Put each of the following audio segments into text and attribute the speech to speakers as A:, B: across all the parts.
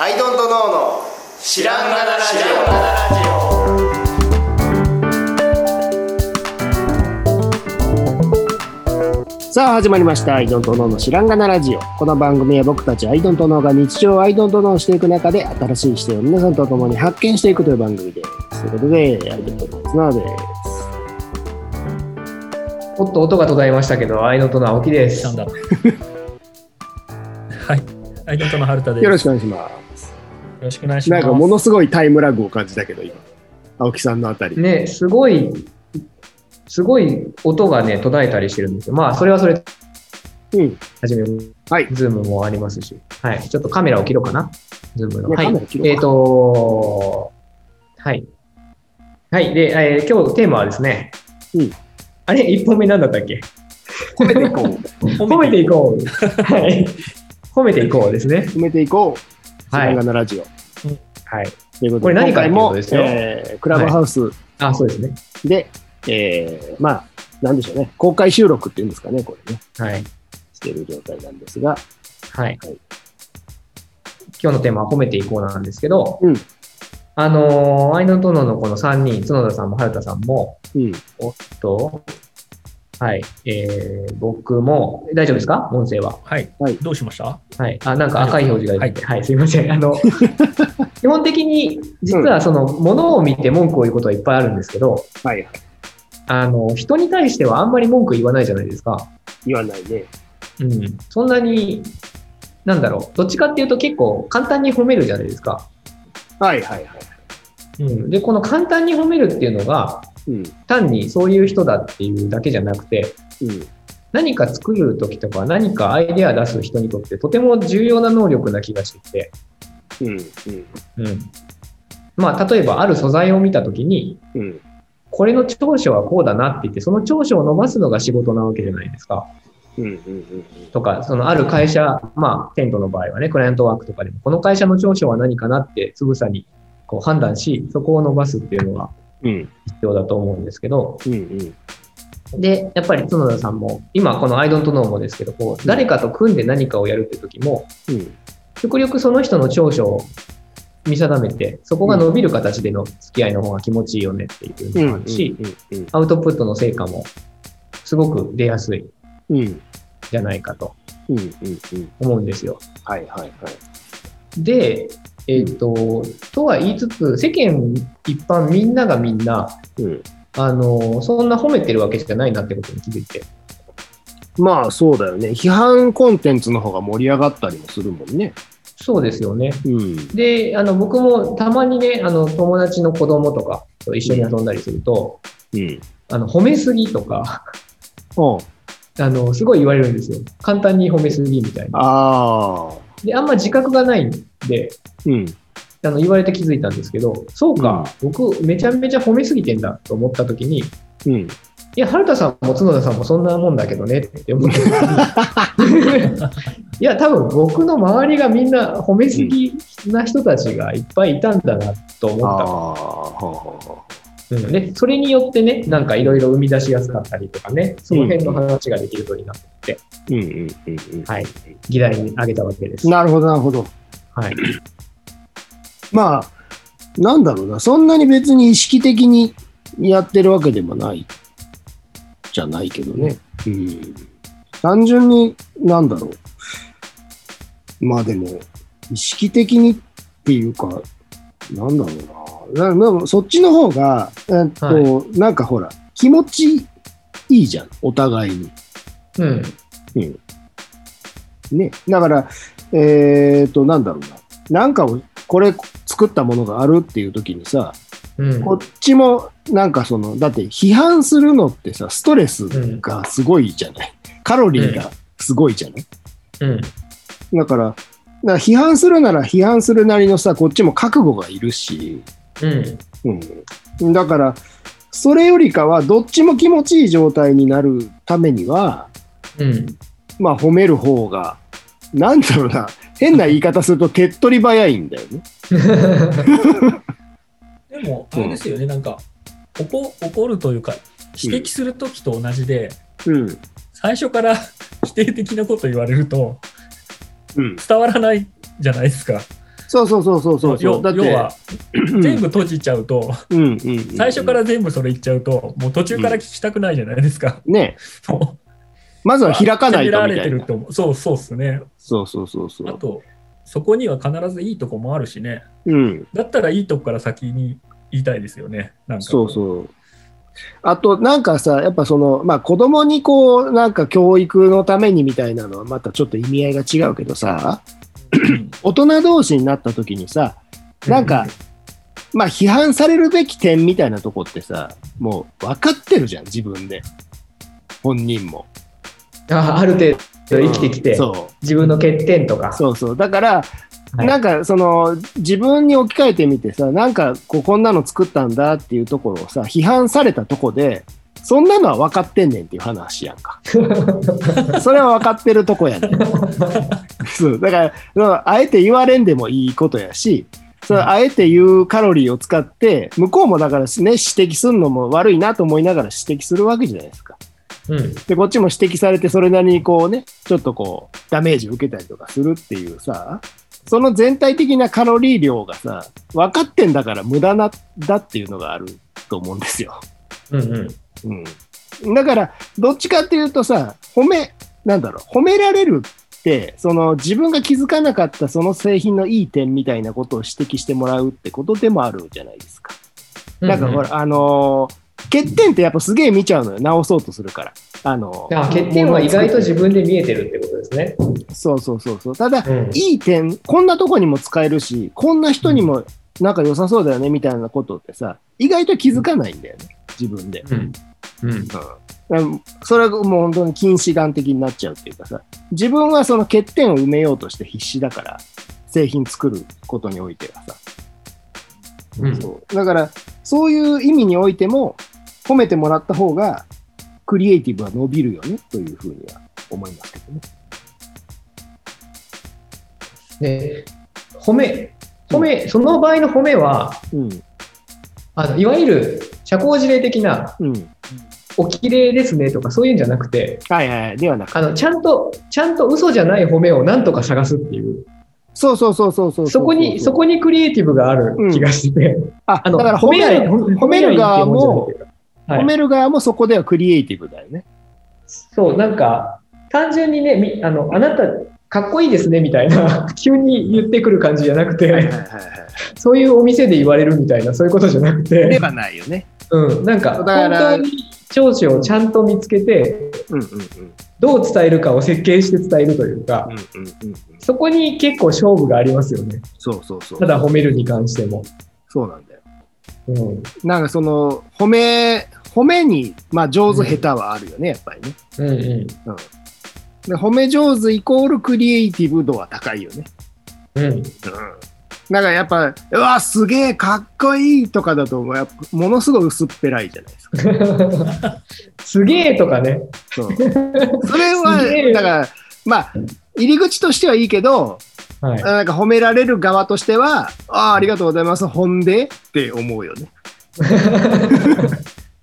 A: アイドントノーの知らんがなラジ
B: さあ始まりました「アイドントノーの知らんがなラジオ」この番組は僕たちアイドントノーが日常をアイドントノーしていく中で新しい視点を皆さんと共に発見していくという番組ですということでアイドントノーの綱で
C: おっと音が途絶えましたけど、アイノとの青木です。
D: なんだ。 はい。アイドントの春田です。
B: すよろ
D: し
B: しくお願いします
D: く。お願いしま
B: な
D: す。
B: んかものすごいタイムラグを感じたけど今青木さんのあたり、
C: ね、すごい、すごい音がね、途絶えたりしてるんですよ。まあ、それはそれ、
B: うん
C: はじめ、
B: はい
C: ズームもありますし、はい、ちょっとカメラを切ろうかな、ズームの。
B: ね
C: はい
B: カメラ切ろう、か
C: えっ、とはい。はい、で、えー今日テーマはですね、
B: うん
C: あれ、1本目なんだったっけ
B: 褒めていこう
C: 褒めていこう。はい。褒めていこうですね。
B: 褒めていこう知
C: は
B: らん
C: い
B: が。なラジオ、
C: はい。
B: ということで
C: これ何かっていうこと
B: 今
C: ですよ
B: 回もえークラブハウス
C: あ、そうですね。
B: で、えーまあなんでしょうね公開収録っていうんですかねこれね
C: はい。
B: してる状態なんですが
C: はい
B: はい。
C: 今日のテーマは褒めていこうなんですけど、
B: うん
C: あのー、アイノトノのこの3人、角田さんも春田さんも、
B: うん
C: おっと、はい、えー、僕も、大丈夫ですか音声は。
D: はい、
B: はい
D: どうしました
C: はい。あ、なんか赤い表示が出て、はい、すいません。あの、 基本的に、実はその、ものを見て文句を言うことはいっぱいあるんですけど、
B: はいはい
C: あの、人に対してはあんまり文句言わないじゃないですか。
B: 言わないね
C: うん。そんなに、なんだろう、どっちかっていうと結構簡単に褒めるじゃないですか。
B: はいはいはい
C: うん、でこの簡単に褒めるっていうのが
B: うん
C: 単にそういう人だっていうだけじゃなくて
B: うん
C: 何か作る時とか何かアイデア出す人にとってとても重要な能力な気がしてきて、
B: うん
C: うんまあ、例えばある素材を見た時に
B: うんうん
C: これの長所はこうだなって言ってその長所を伸ばすのが仕事なわけじゃないですか。
B: うんうんうん
C: とかそのある会社まあテントの場合はねクライアントワークとかでもこの会社の長所は何かなってつぶさにこう判断しそこを伸ばすっていうのが
B: うん
C: 必要だと思うんですけど。
B: うんうん
C: で、やっぱり角田さんも、今このアイドントノーもですけど、こう、誰かと組んで何かをやるって時も、
B: うん
C: 極力その人の長所を見定めて、そこが伸びる形での付き合いの方が気持ちいいよねっていうのもあるし、
B: うん
C: アウトプットの成果もすごく出やすいん
B: うん
C: じゃないかと
B: うんうんうん
C: 思うんですよ。
B: はいはいはい
C: で、えっ、と、とは言いつつ、世間一般みんながみんな、
B: うん
C: あの、そんな褒めてるわけじゃないなってことに気づいて、
B: まあそうだよね批判コンテンツの方が盛り上がったりもするもんね
C: そうですよね。
B: うん
C: で、あの、僕もたまにね、あの、友達の子供とかと一緒に遊んだりすると、
B: うん
C: あの、褒めすぎとか、
B: あ
C: あの、すごい言われるんですよ。簡単に褒めすぎみたいな。
B: あー
C: で、あんま自覚がないんで、
B: うん
C: あの、言われて気づいたんですけど、そうか、僕、めちゃめちゃ褒めすぎてんだと思った時に、い
B: うん
C: や、春田さんも角田さんもそんなもんだけどねって思ってたいや、多分僕の周りがみんな褒めすぎな人たちがいっぱいいたんだなと思っ
B: あ
C: た。
B: あは
C: うん、でそれによってね、なんかいろいろ生み出しやすかったりとかね、その辺の話ができるといいなと、
B: うんうんうんうん
C: はい、議題に挙げたわけです。
B: なるほどなるほど
C: はい、
B: まあなんだろうなそんなに別に意識的にやってるわけでもないじゃないけどね、うん、単純になんだろうまあでも意識的にっていうかなんだろうななでもそっちの方が、えっと
C: は
B: なんかほら気持ちいいじゃんお互いに。
C: うん、
B: ね、だから、えっとなんだろうななんかをこれ作ったものがあるっていう時にさ、
C: うん、
B: こっちもなんかそのだって批判するのってさストレス
C: うん、
B: がすごいじゃないカロリーがすごいじゃない、
C: うん、
B: だからだから批判するなら批判するなりのさこっちも覚悟がいるし、
C: うん、
B: うん、だからそれよりかはどっちも気持ちいい状態になるためには
C: うん、
B: まあ褒める方がなんだろうな変な言い方すると手っ取り早いんだよね。
D: でも、あれですよね、なんか、おこ怒るというか、指摘するときと同じで、
B: うん
D: 最初から 否定的なこと言われると
B: うん
D: 伝わらないじゃないですか。
B: そうそうそうそうそうそ
D: 要
B: う。だって、
D: 要は、全部閉じちゃうと、
B: うんうんうんうん
D: 最初から全部それ言っちゃうと、もう途中から聞きたくないじゃないですか。
B: ね、
D: そう
B: まずは開かない
D: 責めら
B: とみ
D: れ
B: た
D: て
B: い
D: る
B: な。
D: と思う。そうそうですね。
B: そうそうそうそ
D: あ
B: う。
D: と、そこには必ずいいとこもあるしね。
B: うん。
D: だったらいいとこから先に言いたいですよね。なんか
B: そうそう。あと、なんかさ、やっぱその、まあ子供にこう、なんか教育のためにみたいなのはまたちょっと意味合いが違うけどさ、 大人同士になった時にさ、なんか、まあ批判されるべき点みたいなとこってさ、もう分かってるじゃん、自分で。本人も。
C: あある程度生きてきて、
B: そ
C: 自分の欠点とか
B: う。そうそう。だから、
C: はい
B: なんかその自分に置き換えてみてさなんかこうこんなの作ったんだっていうところをさ批判されたとこでそんなのは分かってんねんっていう話や んかそれは分かってるとこやねんそうだからそのあえて言われんでもいいことやしそれあえて言うカロリーを使って向こうもだからね指摘するのも悪いなと思いながら指摘するわけじゃないですか
C: うん
B: でこっちも指摘されてそれなりにこうねちょっとこうダメージを受けたりとかするっていうさその全体的なカロリー量がさ分かってんだから無駄なだっていうのがあると思うんですよ。
C: うんうん
B: うん、だからどっちかっていうとさ褒めなんだろう褒められるってその自分が気づかなかったその製品のいい点みたいなことを指摘してもらうってことでもあるじゃないですか。なんかほら、あのー欠点ってやっぱすげえ見ちゃうのよ直そうとするから。あのー
C: あ欠点は意外と自分で見えてるってことですね。
B: そうそうそうそう。ただ、
C: うん
B: いい点、こんなとこにも使えるし、こんな人にもなんか良さそうだよねみたいなことってさ、意外と気づかないんだよね、自分で。
C: うんうん
B: だからそれがもう本当に近視眼的になっちゃうっていうかさ、自分はその欠点を埋めようとして必死だから、製品作ることにおいてはさ。
C: うん
B: そうだから、そういう意味においても、褒めてもらった方が、クリエイティブは伸びるよね、というふうには思いますけどね。
C: ね、褒め、褒め、その場合の褒めは、
B: うん、
C: あのいわゆる社交辞令的な、
B: うん。
C: おきれいですねとかそういうんじゃなくて、
B: はいはいはい、ではなく
C: あのちゃんと、ちゃんと嘘じゃない褒めをなんとか探すっていう、
B: そうそうそうそうそううう
C: そこに、そこにクリエイティブがある気がしてて、
B: あ
C: あの
B: だから褒め
C: ない
B: る褒め
C: ないっ
B: る
C: て
B: 側
C: いうもん
B: も
C: じゃないというか
B: 褒
C: はい、
B: める側もそこではクリエイティブだよね。
C: そう、なんか、単純にね、みあのあなた、かっこいいですねみたいな、 急に言ってくる感じじゃなくて、そういうお店で言われるみたいな、そういうことじゃなくて。
B: ではないよね。
C: うん、なんか
B: だ
C: 本
B: から
C: 当に長所をちゃんと見つけて
B: うんうんうん
C: どう伝えるかを設計して伝えるというか
B: うんうんうんうん。
C: そこに結構勝負がありますよね
B: そうそうそう
C: た。だ褒めるに関しても、
B: そうなんだよ。
C: うん
B: なんかその褒め褒めにまあ上手下手はあるよねやっぱりね。
C: うんうん
B: で褒め上手イコールクリエイティブ度は高いよね。
C: うん
B: うん。だからやっぱうわすげえかっこいいとかだとやっぱものすごい薄っぺらいじゃないですか。
C: すげえとかね
B: そう。そ
C: す
B: れ
C: げ
B: は
C: え
B: だからまあ入り口としてはいいけど
C: はい
B: なんか褒められる側としては、ああ、ありがとうございます、ほんでって思うよ ね。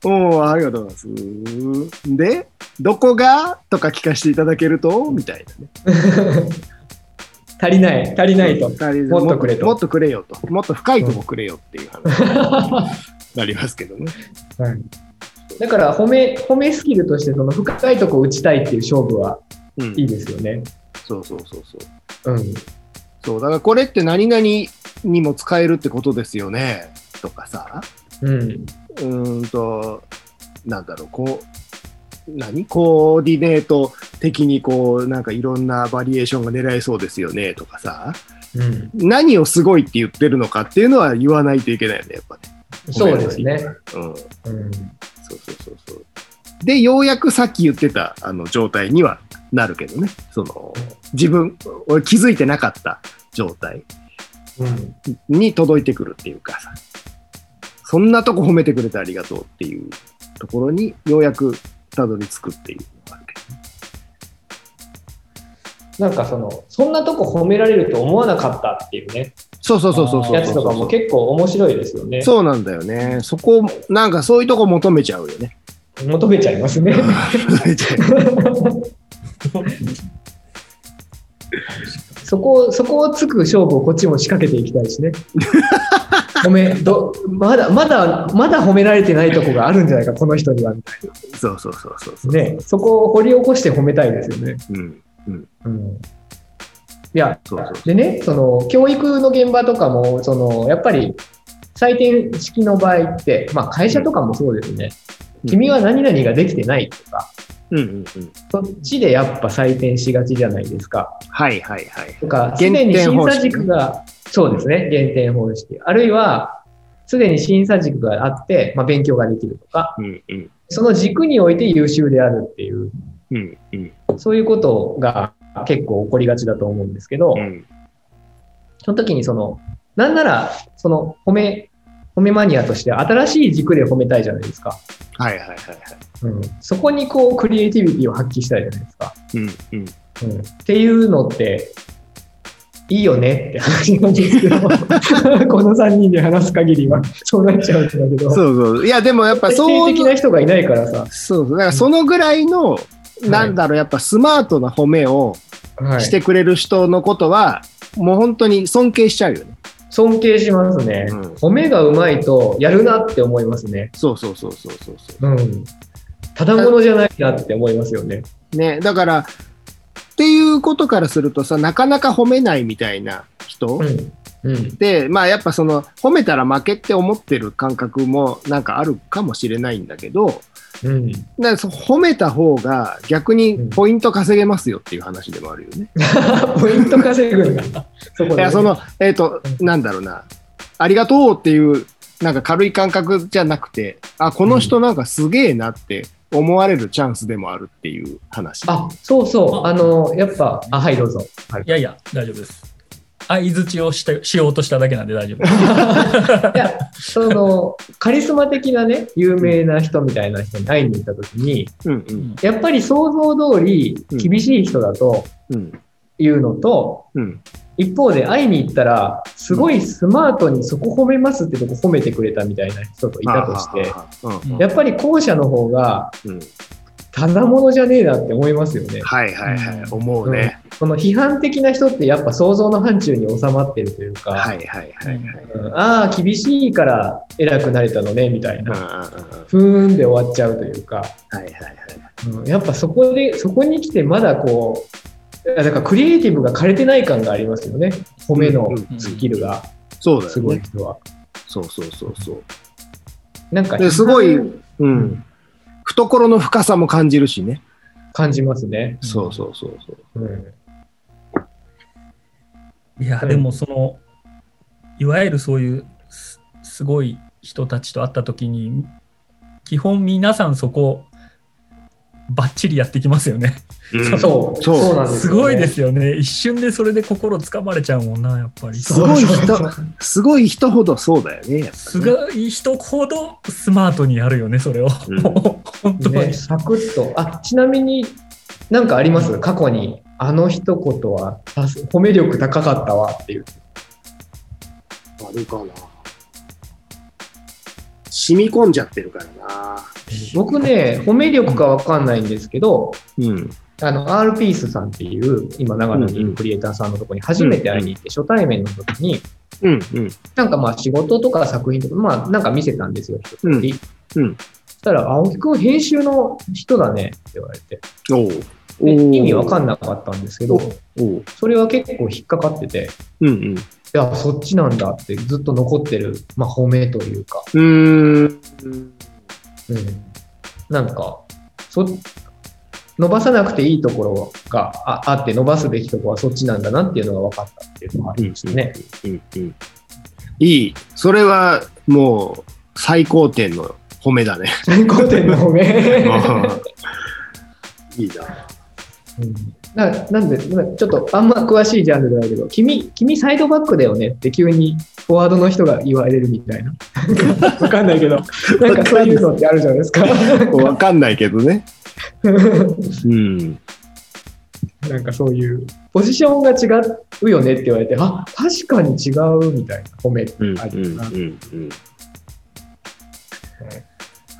B: おお、ありがとうございます。で、どこがとか聞かせていただけるとみたいなね。
C: 足りない足りないともっとくれと
B: もっとくれよと。もっと深いとこくれよっていう話になりますけどね。
C: だから褒め褒めスキルとしてその深いとこ打ちたいっていう勝負は
B: うん
C: いいですよね
B: そうそうそうそう。
C: うん
B: そう、だからこれって何々にも使えるってことですよね。とかさ。
C: うん
B: うーんと、なんだろう、こう、何コーディネート的にこう、なんかいろんなバリエーションが狙えそうですよねとかさ、
C: うん
B: 何をすごいって言ってるのかっていうのは言わないといけないよね、やっぱね。
C: そうですね、
B: う
C: う
B: ん。
C: ん、
B: そうそうそうそう。で、ようやくさっき言ってたあの状態にはなるけどね、その、自分、俺気づいてなかった状態
C: うん、
B: に届いてくるっていうかさ、そんなとこ褒めてくれてありがとうっていうところにようやくたどり着くっていうのがあるけ
C: なんかそのそんなとこ褒められると思わなかったっていうね
B: ど。そうそうそうそうそう。
C: やつとかも結構面白いですよね。
B: そうなんだよね。そこ、なんかそういうとこ求めちゃうよね。
C: 求めちゃいますね。
B: 求めちゃう
D: 確か
C: そこを、そこをつく勝負をこっちも仕掛けていきたいしね。褒め、ど、まだ、まだ、まだ褒められてないとこがあるんじゃないか、この人には。みたい
B: そうそうそうそうそう。
C: なね。そこを掘り起こして褒めたいですよね。
B: うん。
C: うん。いや、
B: そうそう
C: でね、その教育の現場とかも、そのやっぱり採点式の場合って、まあ、会社とかもそうですね、
B: うん
C: 君は何々ができてないとか、
B: うんうんうん。
C: そっちでやっぱ採点しがちじゃないですか。
B: はいはいはい。
C: とか、す
B: 減
C: でに
B: 点
C: 審
B: 方式
C: 査軸が、そうですね、減点方式。あるいは、すでに審査軸があって、まあ、勉強ができるとか、
B: うんうん。
C: その軸において優秀であるっていう、
B: うんうん。
C: そういうことが結構起こりがちだと思うんですけど、
B: うん
C: その時にその、なんなら、その褒め、褒めマニアとして新しい軸で褒めたいじゃないですか。
B: はいはいはいはい。
C: うん。そこにこう、クリエイティビティを発揮したいじゃないですか。
B: うんうん。
C: うん。っていうのって、いいよねって話なんです けど、この3人で話す限りは、そうなっちゃうんだけど、
B: そうそう。いやでもやっぱ
C: 徹
B: そ
C: 底
B: う
C: 的
B: いう、
C: な人がいないからさ、
B: そうそう。だからそのぐらいの、なんだろう、やっぱスマートな褒めを
C: はい
B: してくれる人のことは、もう本当に尊敬しちゃうよね。
C: 尊敬しますね。
B: うん
C: 褒めがうまいと、やるなって思いますね。
B: そうそうそうそうそうそ
C: うん。ただものじゃないなって思いますよね。
B: う。ね。だから、っていうことからするとさ、なかなか褒めないみたいな人、
C: うん。うん。
B: で、まあやっぱその、褒めたら負けって思ってる感覚もなんかあるかもしれないんだけど、
C: うん。
B: だからそ褒めた方が逆にポイント稼げますよっていう話でもあるよね。
C: ポイント稼ぐんだ。そこ
B: いや、その、えっ、と、なんだろうな、ありがとうっていう、なんか軽い感覚じゃなくて、あ、この人なんかすげえなって思われるチャンスでもあるっていう話。
C: あ、そうそう。あの、やっぱ、あ、はい、どうぞ。はい
D: いやいや、大丈夫です。相づちをしてしようとしただけなんで大丈夫です。
C: いや、その、カリスマ的なね、有名な人みたいな人に会いに行った時に、
B: うんうん
C: やっぱり想像通り
B: うん
C: 厳しい人だと
B: うん
C: いうのと、
B: うん。
C: 一方で会いに行ったら、すごいスマートにそこ褒めますってとこ褒めてくれたみたいな人といたとして、
B: あー。はーはーはー
C: やっぱり後者の方が、
B: うんうん
C: ただものじゃねえなって思いますよね。
B: はいはいはい、思うね。
C: この批判的な人ってやっぱ想像の範疇に収まってるというか、
B: はいはいはいはい。
C: うんああ、厳しいから偉くなれたのね、みたい
B: うんうんうん
C: な。
B: は
C: ふーんで終わっちゃうというか、
B: いはいはい。
C: うんやっぱそこで、そこに来てまだこう、だからクリエイティブが枯れてない感がありますよね。褒めの
B: うんうん
C: スキルが
B: そうだ
C: す
B: よ
C: ごい
B: ね。
C: 人は。
B: そうそうそうそう。
C: なんか、
B: ですごいうん。懐の深さも感じるしね。
C: 感じますね。
B: そうそうそうそう。
C: うん。
D: いや、
C: うん
D: でもその、いわゆるそういうすすごい人たちと会ったときに、基本皆さんそこ、ばっちりやってきますよね。
B: うん
C: そう、
B: そう
C: そうなんです
D: す
C: よね
D: ごいですよね。一瞬でそれで心つかまれちゃうもんな、やっぱり。
B: すごい人、すごい人ほどそうだよね。やっぱね
D: すごい人ほどスマートにやるよね、それを。
B: うん
D: 本当に。
C: ね、サクッと。あ、ちなみになんかあります過去に。あの一言はあ褒め力高かったわっていう。
B: あれかな。染み込んじゃってるからな。
C: 僕ね、褒め力かわかんないんですけど、
B: うん。
C: あの、R ピースさんっていう、今長野にいるクリエイターさんのとこに初めて会いに行って、初対面の時に、
B: うん。うん。
C: なんかまあ仕事とか作品とか、まあなんか見せたんですよ、一通り。
B: うんうん
C: そしたら、青木くん編集の人だねって言われて、
B: おう
C: で
B: おう
C: 意味わかんなかったんですけど、
B: おう
C: それは結構引っかかってて、
B: うん
C: いや、そっちなんだってずっと残ってる、まあ、褒めというか、
B: うん。うーん。
C: うん、なんか、そ、伸ばさなくていいところがああって、伸ばすべきところはそっちなんだなっていうのが分かったっていうのがありましたね。
B: うんうん。いい。それはもう最高点の褒め だね。
C: 最高点の褒め。
B: いいな。
C: うんななんで、まあちょっとあんま詳しいジャンルじゃないけど、君、君サイドバックだよねって急にフォワードの人が言われるみたいな。 わかんないけど、なんかそういうのってあるじゃないです か。
B: わかんないけどね。うん。
C: なんかそういう、ポジションが違うよねって言われて、あ確かに違うみたいな褒めって
B: うん
C: あ
B: う
C: る
B: ん
C: な。
B: うんうん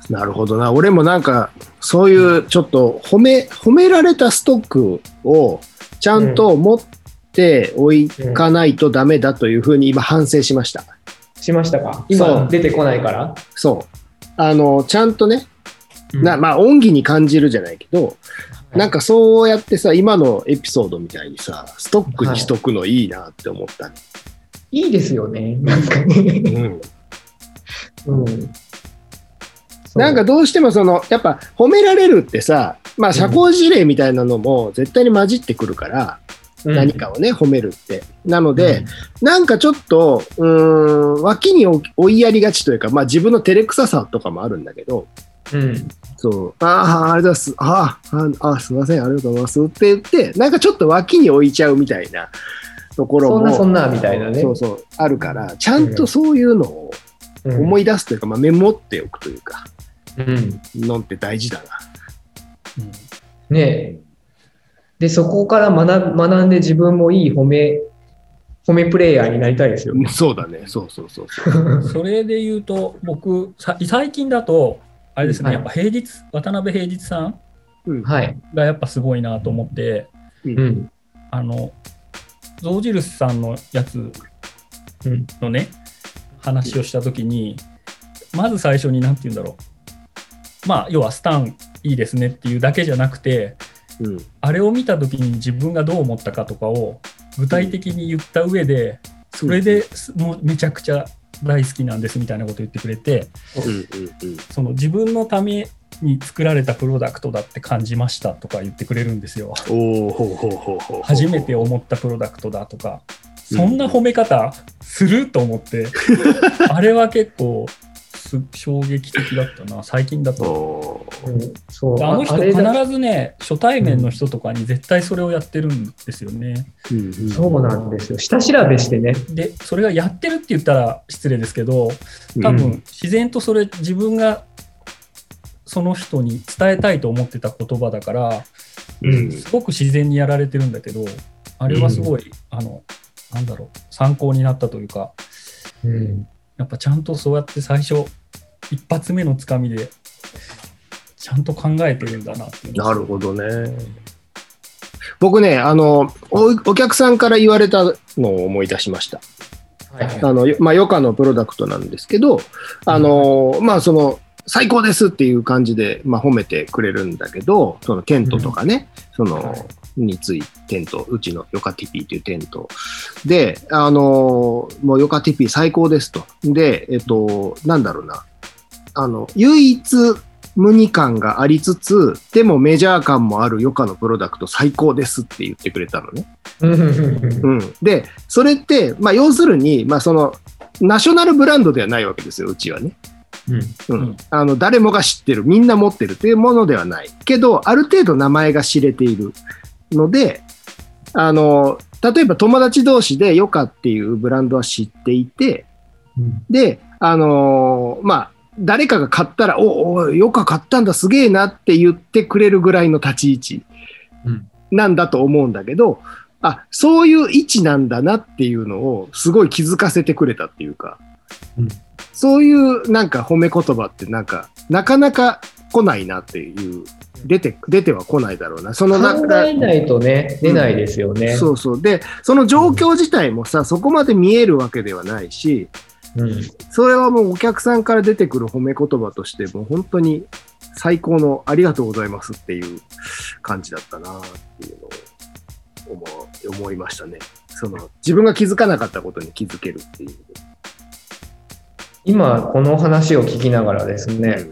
B: なるほどな。俺もなんか、そういうちょっと褒め、褒められたストックをちゃんと持っっておいかないとダメだというふうに今反省しました。
C: しましたか
B: そ
C: 今
B: う
C: 出てこないから
B: そう。あの、ちゃんとね、
D: うん
B: なまあ、恩義に感じるじゃないけど、なんかそうやってさ、今のエピソードみたいにさ、ストックにしとくのいいなって思ったね、
C: いいですよね。なんか ね。
B: うん
C: うん。
B: なんかどうしてもその、やっぱ褒められるってさ、まあ社交辞令みたいなのも絶対に混じってくるから、
C: うん
B: 何かをね、褒めるって。なので、、なんかちょっと、うーん、脇に追追いやりがちというか、まあ自分の照れくささとかもあるんだけど、
C: うんうん
B: そう、ああ、ありがとうございます。ああ、ああ、すいません、ありがとうございますって言って、なんかちょっと脇に置いちゃうみたいなところも。
C: そんなそんなみたいなね
B: そうそう、あるから、ちゃんとそういうのを
C: うん
B: 思い出すというか、まあメモっておくというか、
C: うん
B: のんって大事だな。
D: うん
C: ねえで、そこから学学んで自分もいい褒め、褒めプレイヤーになりたいですよね。
B: そうだね、そうそうそうそう。
D: それで言うと、僕、さ最近だと、あれですね、
C: はい
D: やっぱ平日、渡辺平日さん
B: うん
C: はい。
D: がやっぱすごいなと思って、
C: うん。
D: あの、象印さんのやつ
C: うん。
D: のね、話をしたときに、まず最初に、なんて言うんだろう、まあ、要はスタンいいですねっていうだけじゃなくて、
B: うん
D: あれを見たときに自分がどう思ったかとかを具体的に言った上で、それですもうめちゃくちゃ大好きなんですみたいなこと言ってくれて、
B: うんうんうん
D: その自分のために作られたプロダクトだって感じましたとか言ってくれるんですよ。
B: おーほうほうほうほうほう
D: 初めて思ったプロダクトだとか、
B: うん
D: そんな褒め方すると思 って、あれは結構す衝撃的だったな、最近だと。
B: おー
C: うんそう。
D: あの人
C: あれ
D: 必
C: だ
D: ずね、初対面の人とかに絶対それをやってるんですよね。
B: うんうん
C: そうなんですよ。下調べしてね。
D: で、それがやってるって言ったら失礼ですけど、多
C: う
D: 分
C: ん
D: 自然とそれ自分がその人に伝えたいと思ってた言葉だから、
B: うん
D: すごく自然にやられてるんだけど、あれはすごい、あの、なんだろう、参考になったというか、
C: うん。
D: やっぱちゃんとそうやって最初、一発目のつかみで、ちゃんと考えてるんだなっていうの
B: なるほどね。僕ね、あのお、お客さんから言われたのを思い出しました。
C: はい。
B: あの、よまあ、ヨカのプロダクトなんですけど、あの、まあ、その、最高ですっていう感じで、まあ、褒めてくれるんだけど、そのテントとかね、その、
C: はい
B: について、テント、うちのヨカティピーというテント。で、あの、もうヨカティピー最高ですと。で、えっと、なんだろうな。あの、唯一無二感がありつつ、でもメジャー感もあるヨカのプロダクト最高ですって言ってくれたのね。
C: うんうん
B: うん、で、それって、まあ、要するに、まあ、そのナショナルブランドではないわけですよ、うちはね。
C: うん
B: うん
D: うん
B: あの誰もが知ってる、みんな持ってるというものではない。けど、ある程度名前が知れているので、あの例えば友達同士でヨカっていうブランドは知っていて、
C: うん
B: で、あのーまあ、誰かが買ったら、おお、よく買ったんだ、すげえなって言ってくれるぐらいの立ち位置
C: うん
B: なんだと思うんだけど、あ、そういう位置なんだなっていうのをすごい気づかせてくれたっていうか、
C: うん
B: そういうなんか褒め言葉ってなんか、なかなか来ないなっていう、出て、出ては来ないだろうな。その中
C: 考えないとね、出ないですよね。
B: そうそう。で、その状況自体もさ、そこまで見えるわけではないし、
C: うん。
B: それはもうお客さんから出てくる褒め言葉として、もう本当に最高のありがとうございますっていう感じだったなっていうのを思う思いましたね。その自分が気づかなかったことに気づけるっていう。
C: 今、この話を聞きながらですね、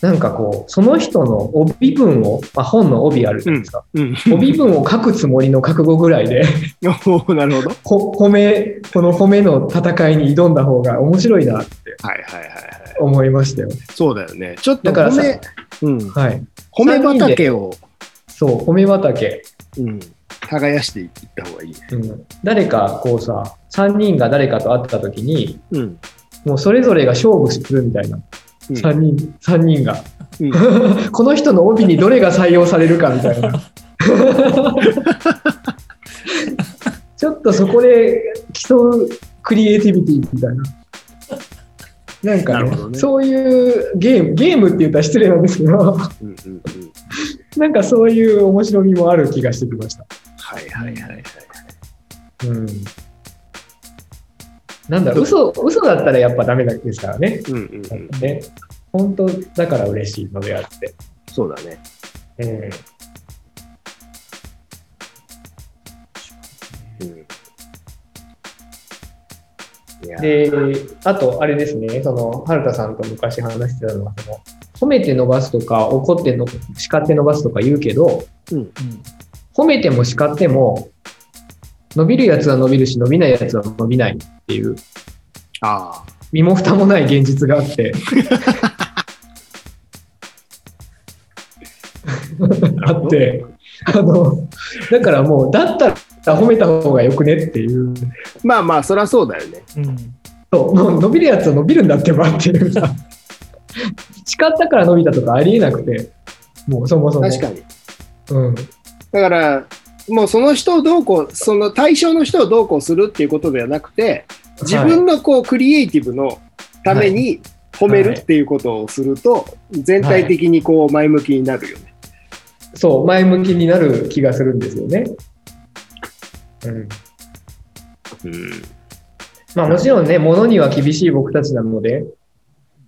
C: なんかこう、その人の帯文を、まあ、本の帯あるじゃないですか。
B: うん。
C: 帯文を書くつもりの覚悟ぐらいで、
B: おなるほど。
C: ほ褒め、この褒めの戦いに挑んだ方が面白いなって
B: はいはいはいはい。
C: 思いましたよね。
B: そうだよね。ちょっと
C: だから
B: 褒
C: さ
B: め、うん、
C: はい。
B: 褒め畑を、
C: そう、褒め畑。
B: うん、耕していった方がいいね。
C: うん、誰かこうさ、3人が誰かと会った時に、
B: うん。
C: もうそれぞれが勝負するみたいな。
B: うん
C: 3人、三人が。
B: うん、
C: この人の帯にどれが採用されるかみたい な。ちょっとそこで競うクリエイティビティみたいな。なん
B: な
C: か、
B: る
C: ね
B: ほどね
C: そういうゲーム、ゲームって言ったら失礼なんですけど、
B: うんうんうん。
C: なんかそういう面白みもある気がしてきました。
B: はいはいはいはい。
C: うん。なんだろう、嘘、嘘だったらやっぱダメですからね。
B: うんうんうん。
C: ね。本当だから嬉しいのであって。
B: そうだね。
C: うん。
B: うんいや
C: で、あと、あれですね、その、はるかさんと昔話してたのは、その、褒めて伸ばすとか、怒っての、叱って伸ばすとか言うけど、
D: うん
C: 褒めても叱っても、伸びるやつは伸びるし、伸びないやつは伸びないっていう、
B: ああ。
C: 身も蓋もない現実があって。あって、あの、だからもう、だったら褒めた方がよくねっていう、
B: まあまあ、そりゃそうだよね。
D: うん
C: そう、もう伸びるやつは伸びるんだってばっていうさ、誓ったから伸びたとかありえなくて、もうそもそも。
B: 確かに。
C: うん。
B: だから、もうその人をどうこう、その対象の人をどうこうするっていうことではなくて、自分のこう、クリエイティブのために褒めるっていうことをすると、全体的にこう、前向きになるよね。
C: そう、前向きになる気がするんですよね。うん。まあもちろんね、物には厳しい僕たちなので、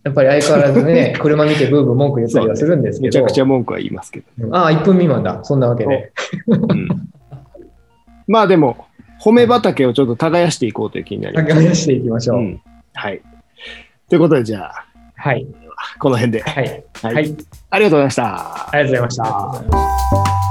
C: やっぱり相変わらずね、車見てブーブー文句言ったりはするんですけ
B: めちゃ
C: ど、
B: くちゃ文句は言いますけど。
C: うんああ、1分未満だ、そんなわけで。
B: まあでも、褒め畑をちょっと耕していこうという気になります。
C: 耕していきましょう。
B: うんはい。ということで、じゃあ、
C: はい。
B: この辺で。
C: はい。
B: は
C: はい。ありがとう
B: ありがとうございました。
C: ございました。
D: ありがとうございます